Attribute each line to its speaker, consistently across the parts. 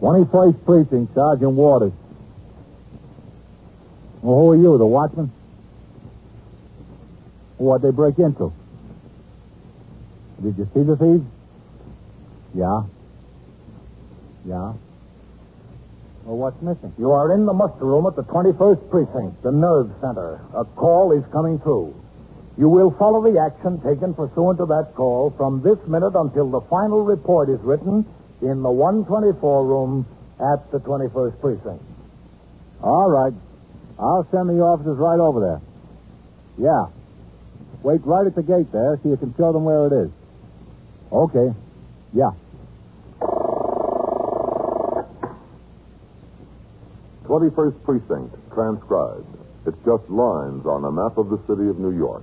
Speaker 1: 21st Precinct, Sergeant Waters. Well, who are you, the watchman? What'd they break into? Did you see the thieves? Yeah. Yeah. Well, what's missing?
Speaker 2: You are in the muster room at the 21st Precinct, the nerve center. A call is coming through. You will follow the action taken pursuant to that call from this minute until the final report is written in the 124 room at the 21st Precinct.
Speaker 1: All right. I'll send the officers right over there. Yeah. Wait right at the gate there so you can show them where it is. Okay. Yeah.
Speaker 3: 21st Precinct, transcribed. It's just lines on a map of the city of New York.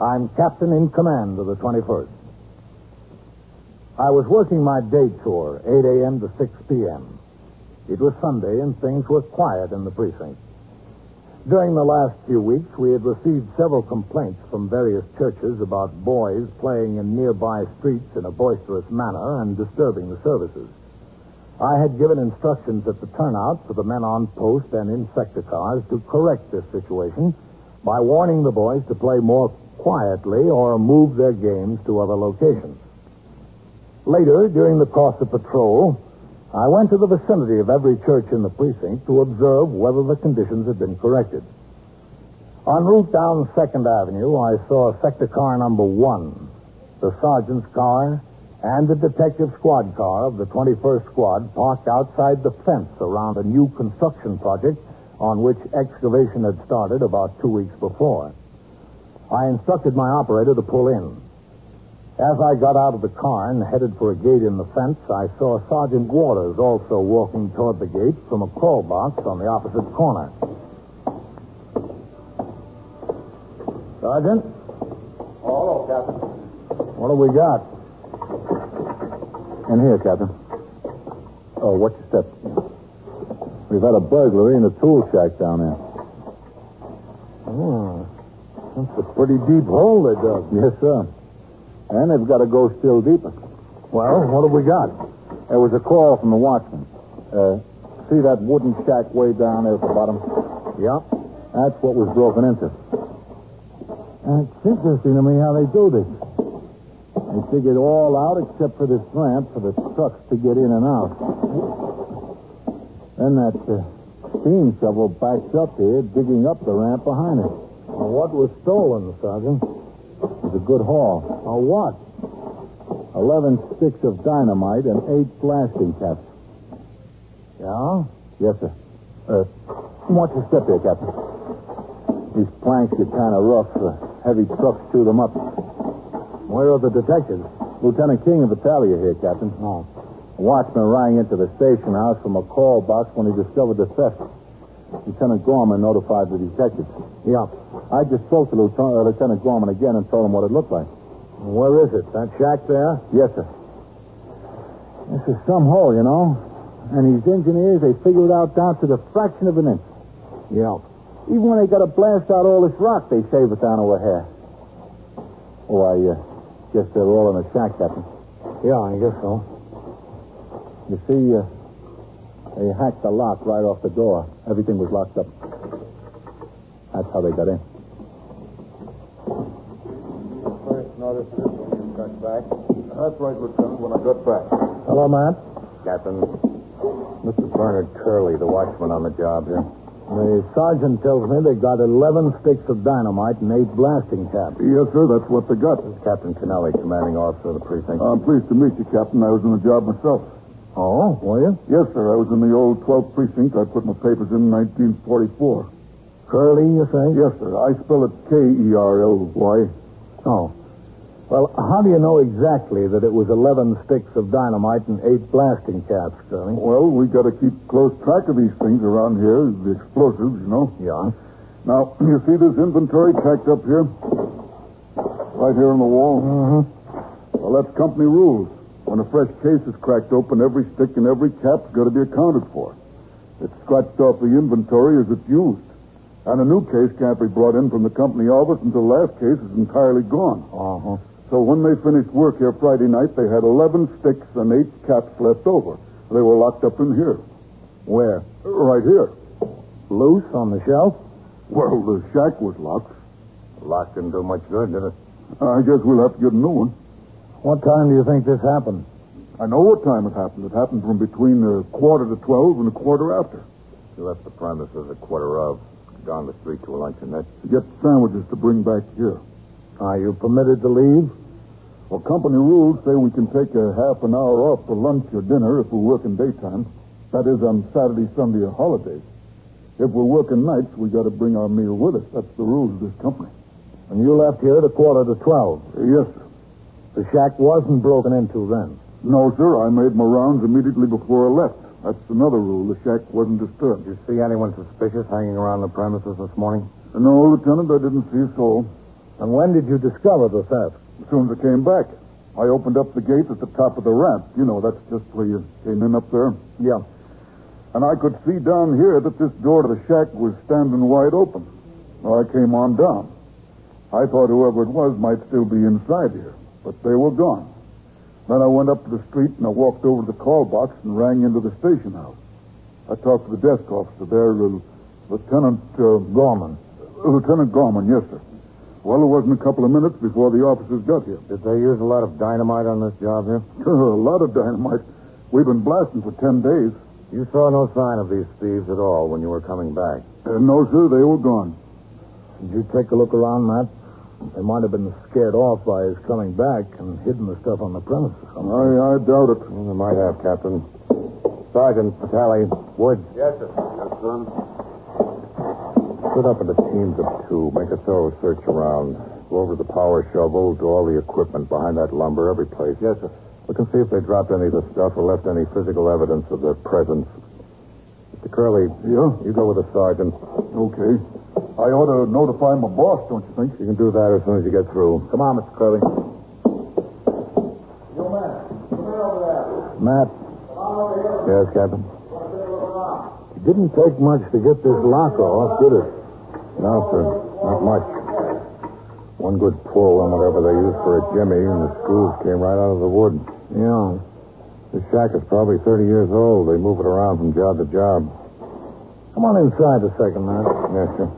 Speaker 2: I'm captain in command of the 21st. I was working my day tour, 8 a.m. to 6 p.m. It was Sunday, and things were quiet in the precinct. During the last few weeks, we had received several complaints from various churches about boys playing in nearby streets in a boisterous manner and disturbing the services. I had given instructions at the turnout for the men on post and in sector cars to correct this situation by warning the boys to play more quietly or move their games to other locations. Later, during the course of patrol, I went to the vicinity of every church in the precinct to observe whether the conditions had been corrected. En route down 2nd Avenue, I saw sector car number one, the sergeant's car, and the detective squad car of the 21st Squad parked outside the fence around a new construction project on which excavation had started about two weeks before. I instructed my operator to pull in. As I got out of the car and headed for a gate in the fence, I saw Sergeant Waters also walking toward the gate from a call box on the opposite corner. Sergeant,
Speaker 4: Hello, Captain.
Speaker 2: what have we got?
Speaker 1: In here, Captain. Oh, what's your step? We've had a burglary in a tool shack down there.
Speaker 2: Hmm. That's a pretty deep hole they dug.
Speaker 1: Yes, sir. And they've got to go still deeper.
Speaker 2: Well, what have we got?
Speaker 1: There was a call from the watchman. Uh, see that wooden shack way down there at the bottom?
Speaker 2: Yep.
Speaker 1: That's what was broken into. And it's interesting to me how they do this. They figure it all out except for this ramp for the trucks to get in and out. Then that uh, steam shovel backs up here, digging up the ramp behind it.
Speaker 2: Well, what was stolen, Sergeant?
Speaker 1: It's a good haul.
Speaker 2: A what?
Speaker 1: Eleven sticks of dynamite and eight blasting caps.
Speaker 2: Yeah?
Speaker 1: Yes, sir. Uh, watch your step there, Captain. These planks are kind of rough. Uh, heavy trucks chew them up.
Speaker 2: Where are the detectives?
Speaker 1: Lieutenant King of Italia here, Captain. Oh. A watchman rang into the station house from a call box when he discovered the theft. Lieutenant Gorman notified the detectives.
Speaker 2: Yep.
Speaker 1: I just spoke to Lieutenant, uh, Lieutenant Gorman again and told him what it looked like.
Speaker 2: Where is it? That shack there?
Speaker 1: Yes, sir. This is some hole, you know. And these engineers, they figure it out down to the fraction of an inch.
Speaker 2: Yep.
Speaker 1: Even when they got to blast out all this rock, they shave it down to a hair. Oh, I uh, guess they're all in a shack, Captain.
Speaker 2: Yeah, I guess so.
Speaker 1: You see, uh, they hacked the lock right off the door. Everything was locked up. That's how they got in.
Speaker 4: You first noticed this when you got back. That's right, Lieutenant, when I got back.
Speaker 2: Hello, Matt.
Speaker 5: Captain, this is Bernard Curley, the watchman on the job here.
Speaker 2: The sergeant tells me they got 11 sticks of dynamite and eight blasting caps.
Speaker 4: Yes, sir, that's what they got.
Speaker 5: This is Captain Canelli, commanding officer of the precinct.
Speaker 4: Uh, I'm pleased to meet you, Captain. I was in the job myself.
Speaker 2: Oh, were you?
Speaker 4: Yes, sir, I was in the old 12th precinct. I put my papers in 1944.
Speaker 2: Curly, you say?
Speaker 4: E Yes, sir, I spell it K-E-R-L-Y.
Speaker 2: Oh. Well, how do you know exactly that it was 11 sticks of dynamite and eight blasting caps, Curly?
Speaker 3: Well, we got to keep close track of these things around here, the explosives, you know.
Speaker 2: Yeah.
Speaker 3: Now, you see this inventory tacked up here? Right here on the wall? Mm-hmm. Well, that's company rules. When a fresh case is cracked open, every stick and every cap's got to be accounted for. It's scratched off the inventory as it's used. And a new case can't be brought in from the company office until the last case is entirely gone.
Speaker 2: Uh-huh.
Speaker 3: So when they finished work here Friday night, they had 11 sticks and eight caps left over. They were locked up in here.
Speaker 2: Where?
Speaker 3: Right here.
Speaker 2: Loose on the shelf?
Speaker 3: Well, the shack was locked.
Speaker 6: Lock didn't do much good, did it?
Speaker 3: I guess we'll have to get a new one.
Speaker 2: What time do you think this happened?
Speaker 3: I know what time it happened. It happened from between a quarter to 12 and a quarter after.
Speaker 6: You left the premises a quarter of, down the street to a luncheonette.
Speaker 3: To get sandwiches to bring back here.
Speaker 2: Are you permitted to leave?
Speaker 3: Well, company rules say we can take a half an hour off for lunch or dinner if we're working daytime. That is on Saturday, Sunday, or holidays. If we're working nights, we got to bring our meal with us. That's the rules of this company.
Speaker 2: And you left here at a quarter to 12.
Speaker 3: Uh, yes, sir.
Speaker 2: The shack wasn't broken into then.
Speaker 3: No, sir. I made my rounds immediately before I left. That's another rule. The shack wasn't disturbed.
Speaker 6: Did you see anyone suspicious hanging around the premises this morning?
Speaker 3: No, Lieutenant, I didn't see a soul.
Speaker 2: And when did you discover the theft?
Speaker 3: As soon as I came back, I opened up the gate at the top of the ramp. You know, that's just where you came in up there.
Speaker 2: Yeah.
Speaker 3: And I could see down here that this door to the shack was standing wide open. Well, I came on down. I thought whoever it was might still be inside here, but they were gone. Then I went up to the street and I walked over to the call box and rang into the station house. I talked to the desk officer there, uh, Lieutenant uh,
Speaker 2: Gorman.
Speaker 3: Lieutenant Gorman, yes, sir. Well, it wasn't a couple of minutes before the officers got here.
Speaker 6: Did they use a lot of dynamite on this job here?
Speaker 3: a lot of dynamite. We've been blasting for ten days.
Speaker 6: You saw no sign of these thieves at all when you were coming back.
Speaker 3: Uh, no, sir, they were gone.
Speaker 2: Did you take a look around, Matt? They might have been scared off by his coming back and hidden the stuff on the premises.
Speaker 3: I, I doubt it.
Speaker 6: Well, they might have, Captain. Sergeant Vitale, Woods,
Speaker 7: Yes, sir.
Speaker 8: Yes, son.
Speaker 6: split up into teams of two. Make a thorough search around. Go over to the power shovel, to all the equipment behind that lumber, every place.
Speaker 8: Yes, sir.
Speaker 6: Look and see if they dropped any of the stuff or left any physical evidence of their presence. Mr. Curley,
Speaker 3: Yeah?
Speaker 6: you go with the sergeant.
Speaker 3: Okay. I ought to notify my boss, don't you think?
Speaker 6: You can do that as soon as you get through.
Speaker 2: Come on, Mr. Curley.
Speaker 7: You man, come here over there.
Speaker 2: Matt,
Speaker 6: Yes, Captain.
Speaker 2: it didn't take much to get this lock off, did it?
Speaker 6: No, sir. Not much. One good pull on whatever they used for a jimmy, and the screws came right out of the wood.
Speaker 2: Yeah.
Speaker 6: This shack is probably 30 years old. They move it around from job to job.
Speaker 2: Come on inside a second, Matt.
Speaker 6: Yes, sir.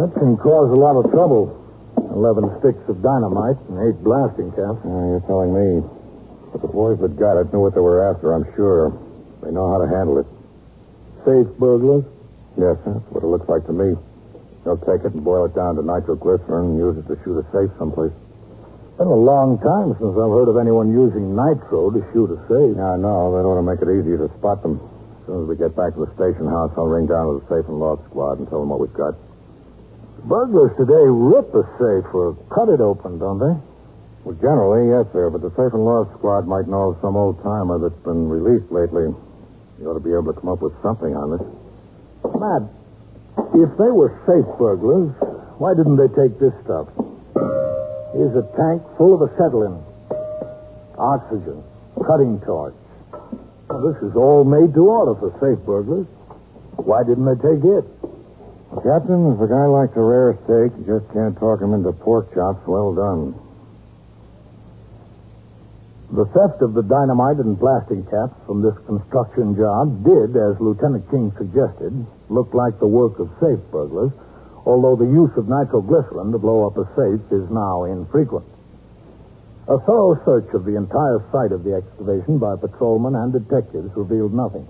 Speaker 2: That can cause a lot of trouble. Eleven sticks of dynamite and eight blasting caps.
Speaker 6: Yeah, Uh, you're telling me. But the boys that got it knew what they were after, I'm sure. They know how to handle it.
Speaker 2: Safe burglars.
Speaker 6: Yes, sir. That's what it looks like to me. They'll take it and boil it down to nitroglycerin and use it to shoot a safe someplace.
Speaker 2: Been a long time since I've heard of anyone using nitro to shoot a safe.
Speaker 6: Yeah, I know. That ought to make it easier to spot them. As soon as we get back to the station house, I'll ring down to the safe and lock squad and tell them what we've got.
Speaker 2: Burglars today rip a safe or cut it open, don't they?
Speaker 6: Well, generally, yes, sir, but the safe and loss squad might know of some old timer that's been released lately. You ought to be able to come up with something on this.
Speaker 2: Matt, if they were safe burglars, why didn't they take this stuff? Here's a tank full of acetylene, oxygen, cutting torch. Now, this is all made to order for safe burglars. Why didn't they take it?
Speaker 6: Well, Captain, if a guy likes a rare steak, you just can't talk him into pork chops well done.
Speaker 2: The theft of the dynamite and blasting caps from this construction job did, as Lieutenant King suggested, look like the work of safe burglars, although the use of nitroglycerin to blow up a safe is now infrequent. A thorough search of the entire site of the excavation by patrolmen and detectives revealed nothing.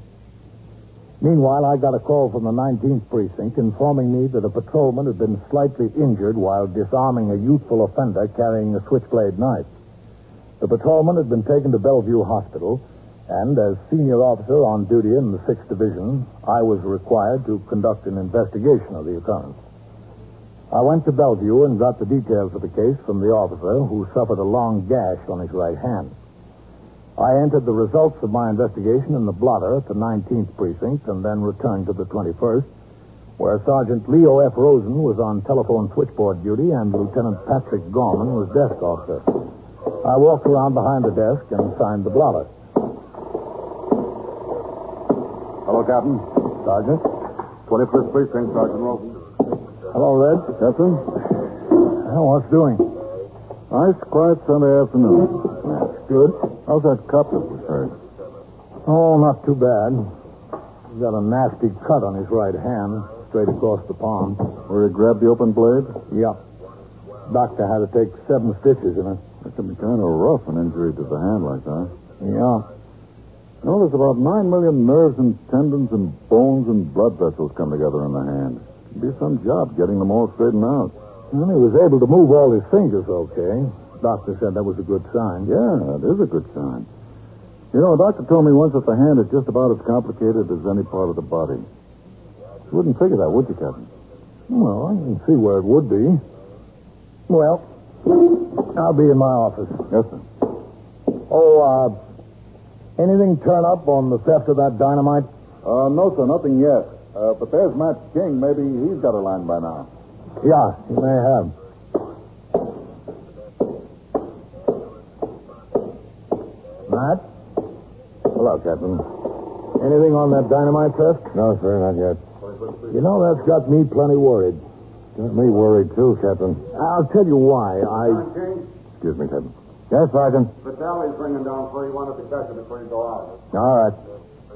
Speaker 2: Meanwhile, I got a call from the 19th precinct informing me that a patrolman had been slightly injured while disarming a youthful offender carrying a switchblade knife. The patrolman had been taken to Bellevue Hospital, and as senior officer on duty in the 6th Division, I was required to conduct an investigation of the occurrence. I went to Bellevue and got the details of the case from the officer who suffered a long gash on his right hand. I entered the results of my investigation in the blotter at the 19th precinct and then returned to the 21st, where Sergeant Leo F. Rosen was on telephone switchboard duty and Lieutenant Patrick Gorman was desk officer. I walked around behind the desk and signed the blotter.
Speaker 3: Hello, Captain.
Speaker 2: Sergeant?
Speaker 3: 21st Precinct, Sergeant Rosen.
Speaker 2: Hello, Red.
Speaker 3: Yes, sir?
Speaker 2: Well, what's doing?
Speaker 3: Nice, quiet Sunday afternoon.
Speaker 2: That's good.
Speaker 3: How's that cop that was hurt?
Speaker 2: Oh, not too bad. He's got a nasty cut on his right hand, straight across the palm.
Speaker 3: Where he grabbed the open blade?
Speaker 2: Yep. Doctor had to take seven stitches in it.
Speaker 3: That can be kind of rough, an injury to the hand like that.
Speaker 2: Yeah.
Speaker 3: You know, there's about 9 million nerves and tendons and bones and blood vessels come together in the hand. It'd be some job getting them all straightened out.
Speaker 2: Well, he was able to move all his fingers okay. Doctor said that was a good sign.
Speaker 3: Yeah, it is a good sign. You know, a doctor told me once that the hand is just about as complicated as any part of the body. You wouldn't figure that, would you, Captain?
Speaker 2: Well, I can see where it would be. Well, I'll be in my office.
Speaker 3: Yes, sir.
Speaker 2: Oh, uh, anything turn up on the theft of that dynamite?
Speaker 3: Uh, no, sir, nothing yet. Uh, but there's Matt King. Maybe he's got a line by now.
Speaker 2: Yeah, you may have. Matt,
Speaker 6: Hello, Captain.
Speaker 2: anything on that dynamite theft?
Speaker 6: No, sir, not yet.
Speaker 2: You know, that's got me plenty worried.
Speaker 6: Got me worried, too, Captain.
Speaker 2: I'll tell you why. I.
Speaker 7: King,
Speaker 6: Excuse me, Captain. Yes, Sergeant.
Speaker 7: Vitaly's ringing down for you. Wanted to catch it before you go out.
Speaker 2: All right.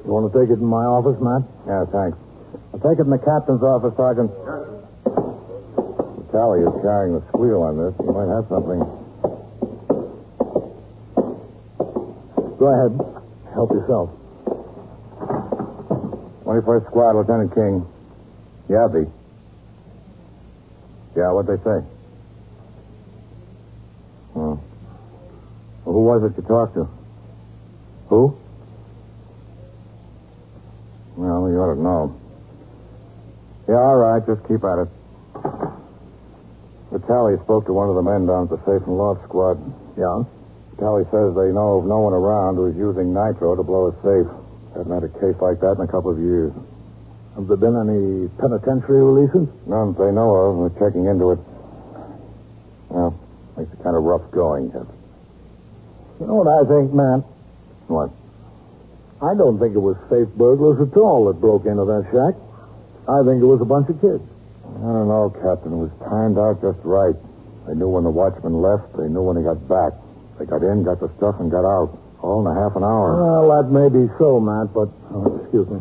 Speaker 2: You want to take it in my office, Matt?
Speaker 6: Yeah, thanks. I'll take it in the captain's office, Sergeant. Tally is carrying the squeal on this. He might have something.
Speaker 2: Go ahead. Help yourself.
Speaker 6: 21st Squad, Lieutenant King. Yeah, B. Yeah, what'd they say? Hmm. Well, who was it you talked to? Who? Well, you ought to know. Yeah, all right, just keep at it. Vitale spoke to one of the men down at the Safe and Loft Squad.
Speaker 2: Yeah.
Speaker 6: Vitale says they know of no one around who's using nitro to blow a safe. Haven't had a case like that in a couple of years.
Speaker 2: Have there been any penitentiary releases?
Speaker 6: None that they know of. We're checking into it. Well, makes it kind of rough going, Captain.
Speaker 2: You know what I think, Matt?
Speaker 6: What?
Speaker 2: I don't think it was safe burglars at all that broke into that shack. I think it was a bunch of kids.
Speaker 6: I don't know, Captain. It was timed out just right. They knew when the watchman left. They knew when he got back. They got in, got the stuff, and got out. All in a half an hour.
Speaker 2: Well, that may be so, Matt, but Uh, oh, excuse me.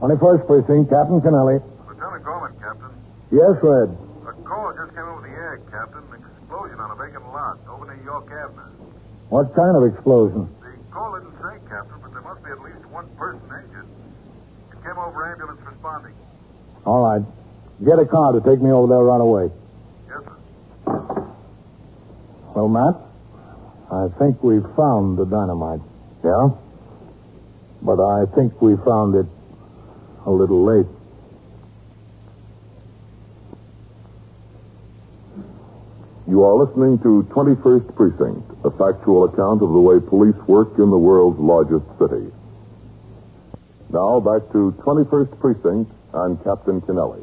Speaker 2: 21st Precinct, Captain Kennelly.
Speaker 9: Lieutenant Gorman, Captain.
Speaker 2: Yes, Red.
Speaker 9: A call just came over the air, Captain. An explosion on a vacant lot over near York Avenue.
Speaker 2: What kind of explosion?
Speaker 9: The call didn't say, Captain, but there must be at least one person injured. It came over ambulance responding.
Speaker 2: All right. Get a car to take me over there right away.
Speaker 9: Yes, sir.
Speaker 2: Well, Matt, I think we found the dynamite. Yeah? But I think we found it a little late.
Speaker 8: You are listening to 21st Precinct, a factual account of the way police work in the world's largest city. Now back to 21st Precinct and Captain Kennelly.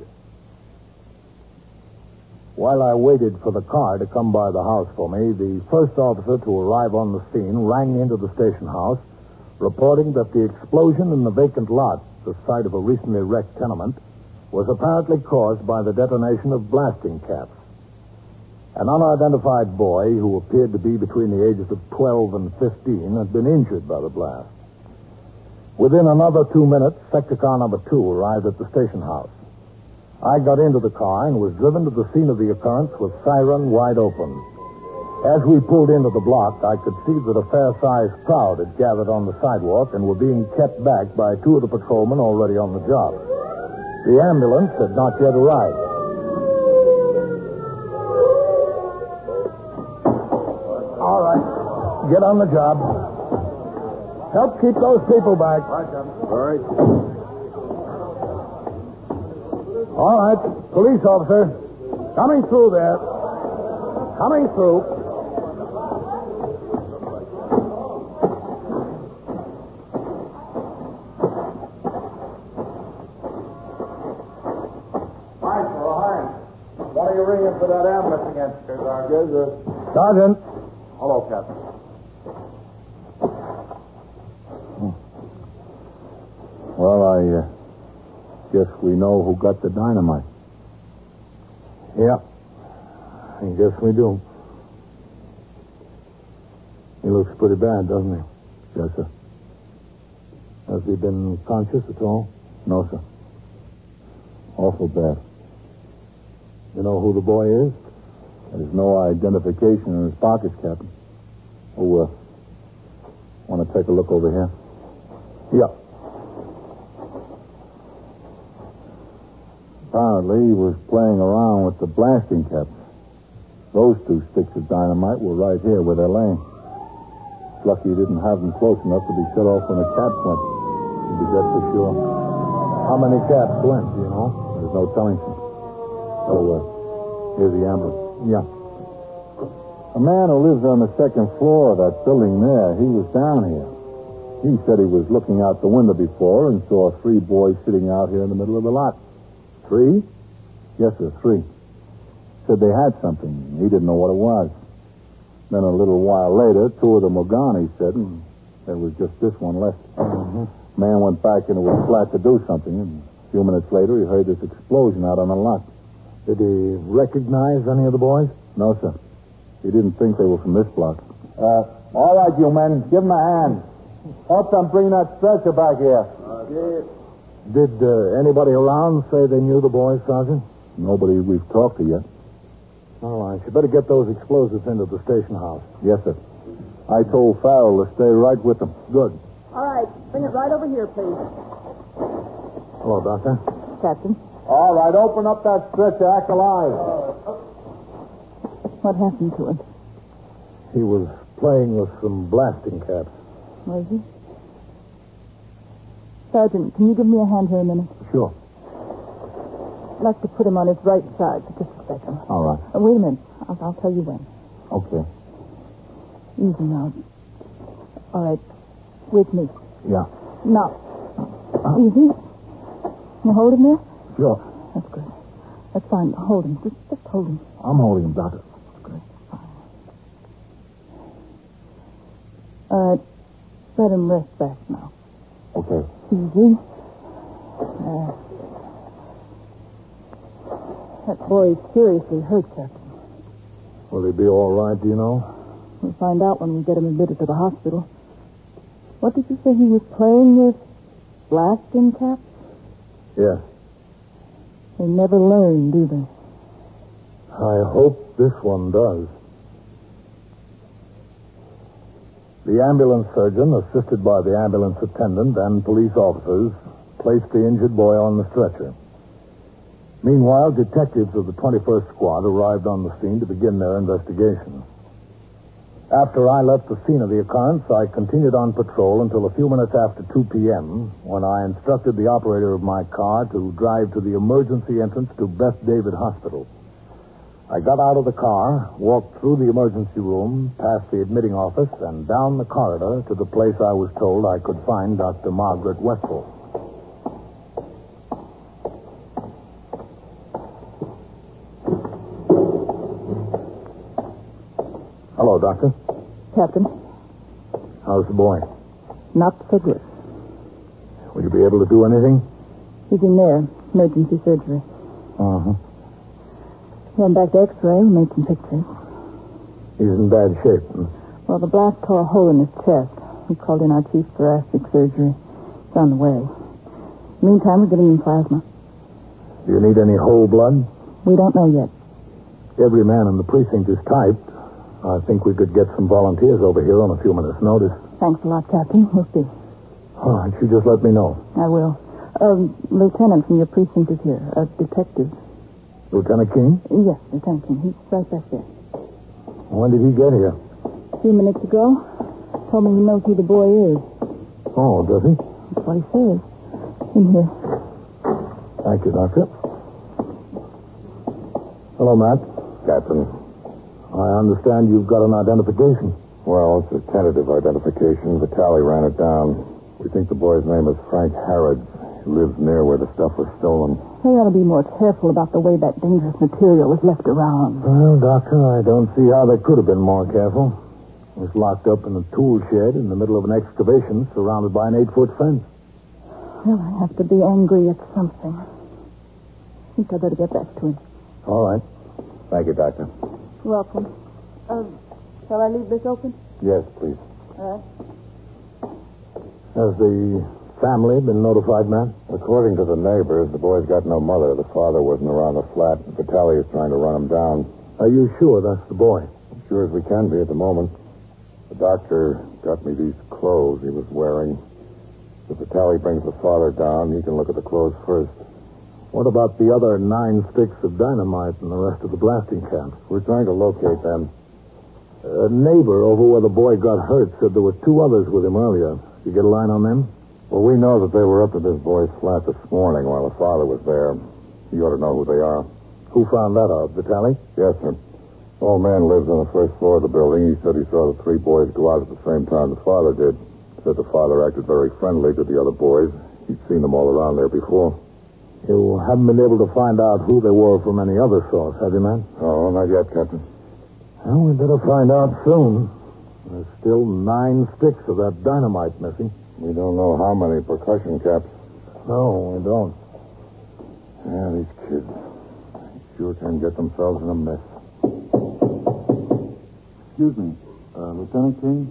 Speaker 2: While I waited for the car to come by the house for me, the first officer to arrive on the scene rang into the station house, reporting that the explosion in the vacant lot, the site of a recently wrecked tenement, was apparently caused by the detonation of blasting caps. An unidentified boy who appeared to be between the ages of 12 and 15 had been injured by the blast. Within another two minutes, sector car number two arrived at the station house. I got into the car and was driven to the scene of the occurrence with siren wide open. As we pulled into the block, I could see that a fair-sized crowd had gathered on the sidewalk and were being kept back by two of the patrolmen already on the job. The ambulance had not yet arrived. All right. Get on the job. Help keep those people back.
Speaker 3: All right.
Speaker 2: All right. Police officer. Coming through there. Coming through.
Speaker 10: Hi, fellow. Hi. What are you ringing for that ambulance again, Cesar? Yes, sir.
Speaker 2: Sergeant.
Speaker 10: Hello, Captain.
Speaker 3: Well, I uh, guess we know who got the dynamite.
Speaker 2: Yeah. I guess we do. He looks pretty bad, doesn't he?
Speaker 3: Yes, sir.
Speaker 2: Has he been conscious at all?
Speaker 3: No, sir. Awful bad.
Speaker 2: You know who the boy is?
Speaker 3: There's no identification in his pockets, Captain. Oh, uh, want to take a look over here?
Speaker 2: Yeah.
Speaker 3: Apparently, he was playing around with the blasting caps. Those two sticks of dynamite were right here where they're laying. It's lucky he didn't have them close enough to be set off when the caps went. He'd be dead for sure.
Speaker 2: How many caps went, do you know?
Speaker 3: There's no telling. sir. So, uh, here's the ambulance.
Speaker 2: Yeah.
Speaker 3: A man who lives on the second floor of that building there, he was down here. He said he was looking out the window before and saw three boys sitting out here in the middle of the lot. Three? Yes, sir, three. Said they had something. He didn't know what it was. Then a little while later, two of them were gone, he said, and there was just this one left.
Speaker 2: Mm-hmm.
Speaker 3: Man went back into his flat to do something, and a few minutes later, he heard this explosion out on the lot.
Speaker 2: Did he recognize any of the boys?
Speaker 3: No, sir. He didn't think they were from this block.
Speaker 2: Uh,
Speaker 3: All right, you men, give him a hand. Help them bring that stretcher back here.
Speaker 2: did uh, anybody around say they knew the boys, Sergeant?
Speaker 3: Nobody we've talked to yet.
Speaker 2: All right. You better get those explosives into the station house.
Speaker 3: Yes, sir. I told Farrell to stay right with them. Good.
Speaker 11: All right, bring it right over here, please.
Speaker 2: Hello, Doctor.
Speaker 11: Captain,
Speaker 3: All right, open up that stretcher. Act alive.
Speaker 11: what happened to it?
Speaker 2: He was playing with some blasting caps.
Speaker 11: Was he? Sergeant, can you give me a hand here a minute?
Speaker 2: Sure.
Speaker 11: I'd like to put him on his right side for just a second.
Speaker 3: All right.
Speaker 11: Uh, wait a minute. I'll, I'll tell you when.
Speaker 3: Okay.
Speaker 11: Easy now. All right. With me.
Speaker 3: Yeah.
Speaker 11: Now. Easy. You hold him there?
Speaker 3: Sure.
Speaker 11: That's good. That's fine. Hold him. Just, just hold him.
Speaker 3: I'm holding him, Doctor.
Speaker 11: All right. Let him rest back now.
Speaker 3: Okay.
Speaker 11: Easy. Uh, that boy is seriously hurt, Captain.
Speaker 2: Will he be all right, do you know?
Speaker 11: We'll find out when we get him admitted to the hospital. What did you say he was playing with? Blasting cap?
Speaker 2: Yes.
Speaker 11: They never learn, do they?
Speaker 2: I hope this one does. The ambulance surgeon, assisted by the ambulance attendant and police officers, placed the injured boy on the stretcher. Meanwhile, detectives of the 21st Squad arrived on the scene to begin their investigation. After I left the scene of the occurrence, I continued on patrol until a few minutes after 2 p.m., when I instructed the operator of my car to drive to the emergency entrance to Beth David Hospital. I got out of the car, walked through the emergency room, past the admitting office, and down the corridor to the place I was told I could find Dr. Margaret Westall. Hello, Doctor.
Speaker 11: Captain,
Speaker 2: How's the boy?
Speaker 11: not so good.
Speaker 2: Will you be able to do anything?
Speaker 11: He's in there. Emergency surgery.
Speaker 2: Uh-huh.
Speaker 11: Went back to X-ray, made some pictures.
Speaker 2: He's in bad shape. Hmm.
Speaker 11: Well, the blast tore a hole in his chest. We called in our chief thoracic surgery. It's on the way. Meantime, we're giving him plasma.
Speaker 2: Do you need any whole blood?
Speaker 11: We don't know yet.
Speaker 2: Every man in the precinct is typed. I think we could get some volunteers over here on a few minutes' notice.
Speaker 11: Thanks a lot, Captain. We'll see.
Speaker 2: All right, you just let me know.
Speaker 11: I will. Um, Lieutenant from your precinct is here. A detective.
Speaker 2: Lieutenant King,
Speaker 11: Yes, Lieutenant King. He's right back there.
Speaker 2: when did he get here?
Speaker 11: A few minutes ago, told me he knows who the boy is.
Speaker 2: Oh, does he?
Speaker 11: That's what he says. In here.
Speaker 2: Thank you, Doctor.
Speaker 3: Hello, Matt.
Speaker 6: Captain.
Speaker 3: I understand you've got an identification.
Speaker 6: Well, it's a tentative identification. Vitale ran it down. We think the boy's name is Frank Harrods. He lives near where the stuff was stolen.
Speaker 11: They ought to be more careful about the way that dangerous material is left around.
Speaker 3: Well, Doctor, I don't see how they could have been more careful. It was locked up in a tool shed in the middle of an excavation surrounded by an eight foot fence.
Speaker 11: Well, I have to be angry at something. I think I better get back to him.
Speaker 3: All right.
Speaker 6: Thank you, Doctor.
Speaker 12: You're welcome. Um, shall I leave this open?
Speaker 6: Yes, please.
Speaker 12: All right.
Speaker 3: Has the family been notified, Matt?
Speaker 6: According to the neighbors, the boy's got no mother. The father wasn't around the flat. Vitale is trying to run him down.
Speaker 3: Are you sure that's the boy?
Speaker 6: Sure as we can be at the moment. The doctor got me these clothes he was wearing. If Vitale brings the father down, he can look at the clothes first.
Speaker 3: What about the other nine sticks of dynamite and the rest of the blasting camp?
Speaker 6: We're trying to locate them.
Speaker 3: A neighbor over where the boy got hurt said there were two others with him earlier. You get a line on them?
Speaker 6: Well, we know that they were up at this boy's flat this morning while the father was there. You ought to know who they are.
Speaker 3: Who found that out, Vitali?
Speaker 6: Yes, sir. Old man lives on the first floor of the building. He said he saw the three boys go out at the same time the father did. Said the father acted very friendly to the other boys. He'd seen them all around there before.
Speaker 3: You haven't been able to find out who they were from any other source, have you, man?
Speaker 6: Oh, not yet, Captain.
Speaker 3: Well, we better find out soon. There's still nine sticks of that dynamite missing.
Speaker 6: We don't know how many percussion caps.
Speaker 3: No, we don't.
Speaker 6: Yeah, these kids sure can get themselves in a mess.
Speaker 13: Excuse me, uh, Lieutenant King?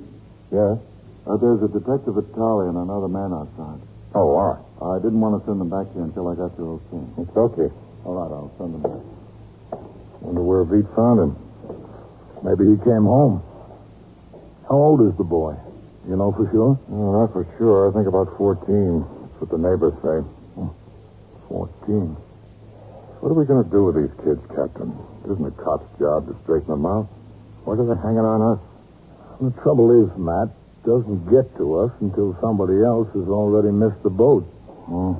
Speaker 6: Yeah?
Speaker 13: Uh, there's a detective at Tolly and another man outside.
Speaker 6: Oh, all right.
Speaker 13: I didn't want to send them back here until I got your okay.
Speaker 6: It's okay.
Speaker 13: All right, I'll send them back.
Speaker 6: Wonder where Veet found him.
Speaker 3: Maybe he came home. How old is the boy? You know for sure?
Speaker 6: Oh, not for sure. I think about 14. That's what the neighbors say.
Speaker 3: Oh, 14.
Speaker 6: What are we going to do with these kids, Captain? It isn't a cop's job to straighten them out. Why are they hanging on us?
Speaker 3: The trouble is, Matt, it doesn't get to us until somebody else has already missed the boat.
Speaker 6: Hmm.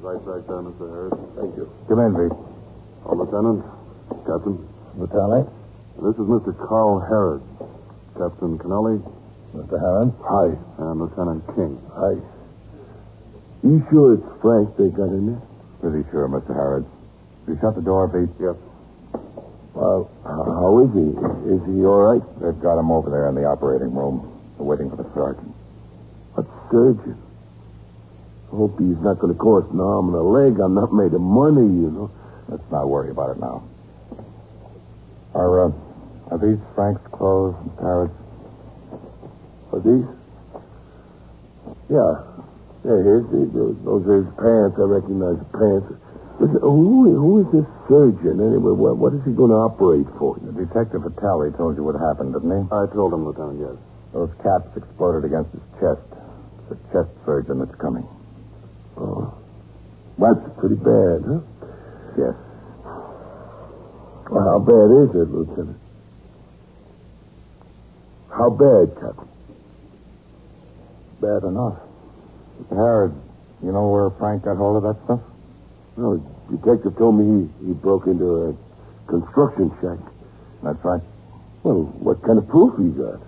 Speaker 14: Right back there, Mr. Harris.
Speaker 6: Thank you. Come in, Pete.
Speaker 14: Oh, Lieutenant. Captain.
Speaker 3: Vitale?
Speaker 14: This is Mr. Carl Harris. Captain Canelli.
Speaker 3: Mr. Harris?
Speaker 14: Hi. And Lieutenant King.
Speaker 3: Hi. You sure it's Frank they got in there?
Speaker 6: Pretty sure, Mr. Harrod. You shut the door, Pete?
Speaker 14: Yes.
Speaker 3: Well, how is he? Is he all right?
Speaker 6: They've got him over there in the operating room. They're waiting for the sergeant.
Speaker 3: What surgeon? Hope he's not going to cost an arm and a leg. I'm not made of money, you know.
Speaker 6: Let's not worry about it now. Are, uh, are these Frank's clothes, Harrod?
Speaker 3: Are these? Yeah. Yeah, here's these. Those, those are his pants. I recognize the pants. Listen, who, who is this surgeon anyway? What, what is he going to operate for?
Speaker 6: The detective Vitale told you what happened, didn't he?
Speaker 14: I told him, Lieutenant, yes.
Speaker 6: Those caps exploded against his chest. It's a chest surgeon that's coming.
Speaker 3: Oh. That's pretty bad, huh?
Speaker 6: Yes.
Speaker 3: Well, how bad is it, Lieutenant? How bad, Captain?
Speaker 6: Bad enough. Mr. Harrod, you know where Frank got hold of that stuff?
Speaker 3: Well, the detective told me he, he broke into a construction shack.
Speaker 6: That's right.
Speaker 3: Well, what kind of proof he got?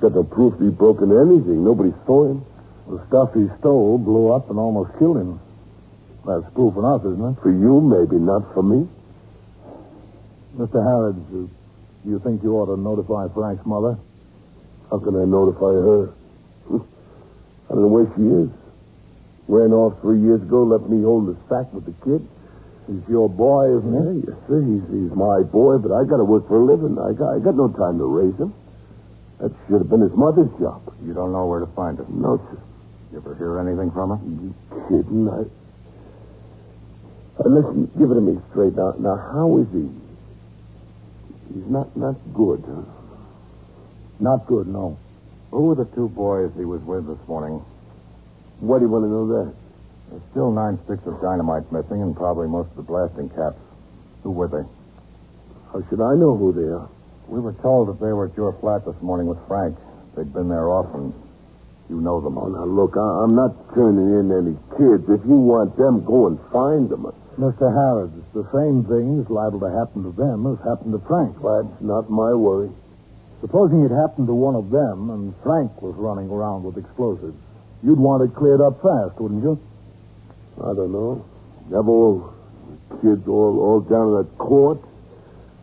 Speaker 3: Got no proof he broke into anything. Nobody saw him.
Speaker 2: The stuff he stole blew up and almost killed him. That's proof enough, isn't it?
Speaker 3: For you, maybe, not for me.
Speaker 2: Mr. Harrods, do you think you ought to notify Frank's mother?
Speaker 3: How can I notify her? I don't know where she is. Ran off three years ago, left me holding the sack with the kid.
Speaker 2: He's your boy, isn't
Speaker 3: he? Yeah, you see, he's, he's my boy, but I got to work for a living. I got, I got no time to raise him. That should have been his mother's job.
Speaker 6: You don't know where to find him?
Speaker 3: No, sir.
Speaker 6: You ever hear anything from her?
Speaker 3: You kidding? I... Uh, listen, give it to me straight now. Now, how is he? He's not, not good, huh?
Speaker 2: Not good, no.
Speaker 6: Who were the two boys he was with this morning?
Speaker 3: Why do you want to know that?
Speaker 6: There's still nine sticks of dynamite missing and probably most of the blasting caps. Who were they?
Speaker 3: How should I know who they are?
Speaker 6: We were told that they were at your flat this morning with Frank. They'd been there often. You know them.
Speaker 3: Oh, now, look, I- am not turning in any kids. If you want them, go and find them.
Speaker 2: Mr. Harrods, the same thing is liable to happen to them as happened to Frank.
Speaker 3: That's not my worry.
Speaker 2: Supposing it happened to one of them and Frank was running around with explosives, you'd want it cleared up fast, wouldn't you?
Speaker 3: I don't know. Devil kids all, all down at that court.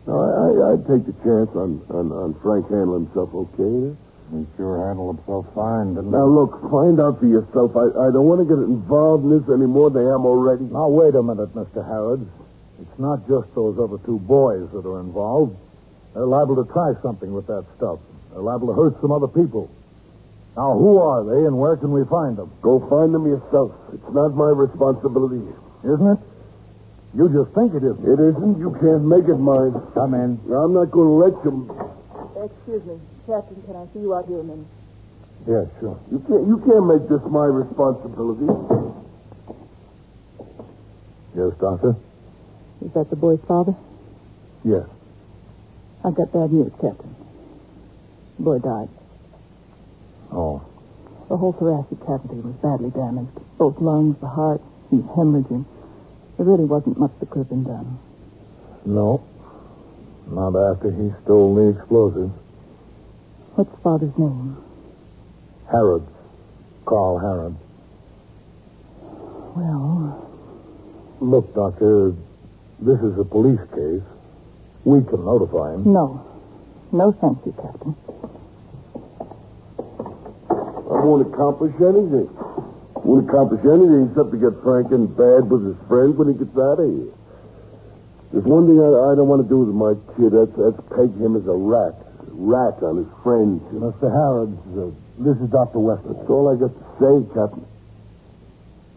Speaker 3: No, I, I, I'd take the chance on, on, on Frank handling himself okay.
Speaker 15: He sure handled himself fine, didn't
Speaker 3: Now,
Speaker 15: he?
Speaker 3: look, find out for yourself. I, I don't want to get involved in this any more than I am already.
Speaker 2: Now, wait a minute, Mr. Harrods. It's not just those other two boys that are involved. They're liable to try something with that stuff. They're liable to hurt some other people. Now, who are they and where can we find them?
Speaker 3: Go find them yourself. It's not my responsibility.
Speaker 2: Isn't it? You just think it isn't.
Speaker 3: It isn't. You can't make it mine.
Speaker 2: Come in.
Speaker 3: I'm not going to let you.
Speaker 16: Excuse me. Captain, can I see you out here a minute?
Speaker 2: Yeah, sure.
Speaker 3: You can't, you can't make this my responsibility.
Speaker 17: Yes, Doctor?
Speaker 11: Is that the boy's father?
Speaker 17: Yes.
Speaker 11: I've got bad news, Captain. The boy died.
Speaker 17: Oh.
Speaker 11: The whole thoracic cavity was badly damaged. Both lungs, the heart, he's hemorrhaging. There really wasn't much that could have been done.
Speaker 17: No. Not after he stole the explosives.
Speaker 11: What's father's name?
Speaker 17: Harrods. Carl Harrods.
Speaker 11: Well,
Speaker 17: Look, Doctor, this is a police case. We can notify him.
Speaker 11: no. No, thank you, Captain.
Speaker 3: I won't accomplish anything. Won't accomplish anything except to get Frank in bad with his friends when he gets out of here. There's one thing I, I don't want to do with my kid. That's, that's peg him as a rat. Rat on his friends.
Speaker 2: Mr. Harrods, uh, this is Dr. Weston.
Speaker 3: That's all I got to say, Captain.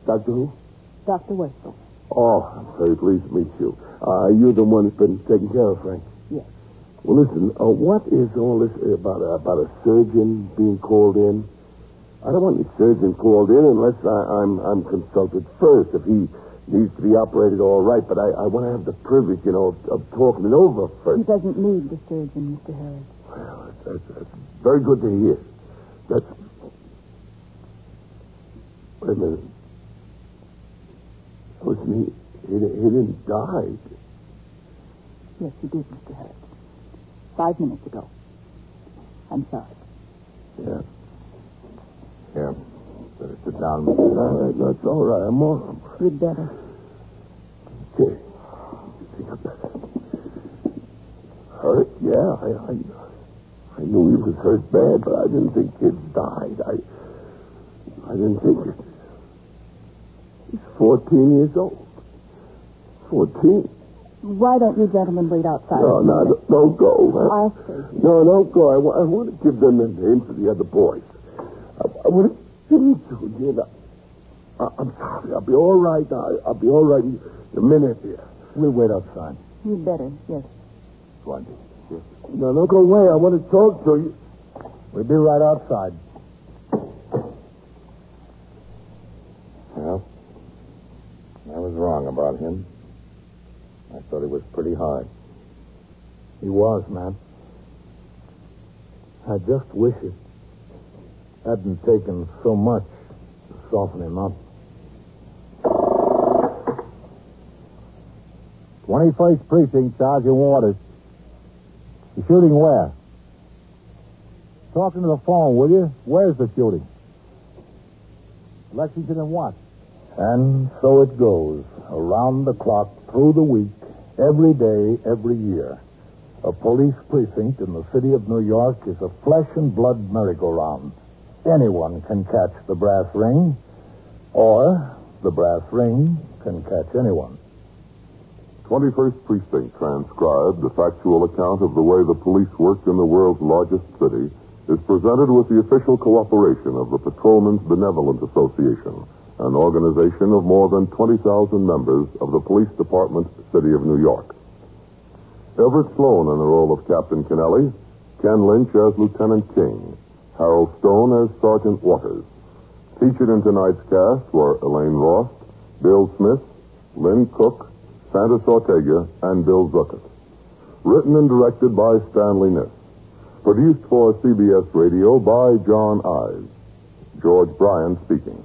Speaker 3: Doctor who?
Speaker 11: Dr. Wessel.
Speaker 3: Oh, I'm very pleased to meet you. Uh, you're the one that's been taking care of Frank.
Speaker 11: Yes.
Speaker 3: Well, listen, uh, what is all this about, uh, about a surgeon being called in? I don't want any surgeon called in unless I, I'm, I'm consulted first if he needs to be operated all right, but I, I want to have the privilege, you know, of, of talking it over
Speaker 11: He
Speaker 3: first.
Speaker 11: doesn't need the surgeon, Mr. Harris.
Speaker 3: Well, that's, that's very good to hear. That's. Wait a minute. Listen, he, he, he didn't die.
Speaker 11: Yes, he did, Mr. Harris. Five minutes ago. I'm sorry.
Speaker 3: Yeah.
Speaker 15: Yeah. Better sit down,
Speaker 3: All
Speaker 15: Mr. Harrods.
Speaker 3: right, that's all right. I'm all right.
Speaker 11: You'd better.
Speaker 3: Okay. Think of that. Hurt? Yeah, I, I, I knew he was hurt bad, but I didn't think kids died. I, I didn't think it. He's 14 years old. 14?
Speaker 11: Why don't you gentlemen wait outside?
Speaker 3: No, no, don't- don't go. huh?
Speaker 11: I'll stay.
Speaker 3: No, don't go. I, wa- I want to give them the names of the other boys. Uh, I, I want to give them to you. Know. I, I'm sorry. I'll be all right. I, I'll be all right in a minute here.
Speaker 2: We'll wait outside.
Speaker 11: You'd better, yes.
Speaker 3: No, don't go away. I want to talk to you.
Speaker 2: We'll be right outside.
Speaker 15: Well, I was wrong about him. I thought he was pretty hard.
Speaker 2: He was, man. I just wish it hadn't taken so much to soften him up.
Speaker 17: 21st Precinct, Sergeant Waters. The shooting where? Talking to the phone, will you? Where's the shooting? Lexington and what?
Speaker 2: And so it goes, around the clock, through the week, every day, every year. A police precinct in the city of New York is a flesh and blood merry-go-round. Anyone can catch the brass ring, or the brass ring can catch anyone.
Speaker 6: 21st Precinct transcribed, the factual account of the way the police worked in the world's largest city, is presented with the official cooperation of the Patrolmen's Benevolent Association, an organization of more than 20,000 members of the Police Department, City of New York. Everett Sloan in the role of Captain Kennelly, Ken Lynch as Lieutenant King, Harold Stone as Sergeant Waters. Featured in tonight's cast were Elaine Ross, Bill Smith, Lynn Cook, Santa Ortega, and Bill Zuckert. Written and directed by Stanley Niss. Produced for CBS Radio by John Ives. George Bryan speaking.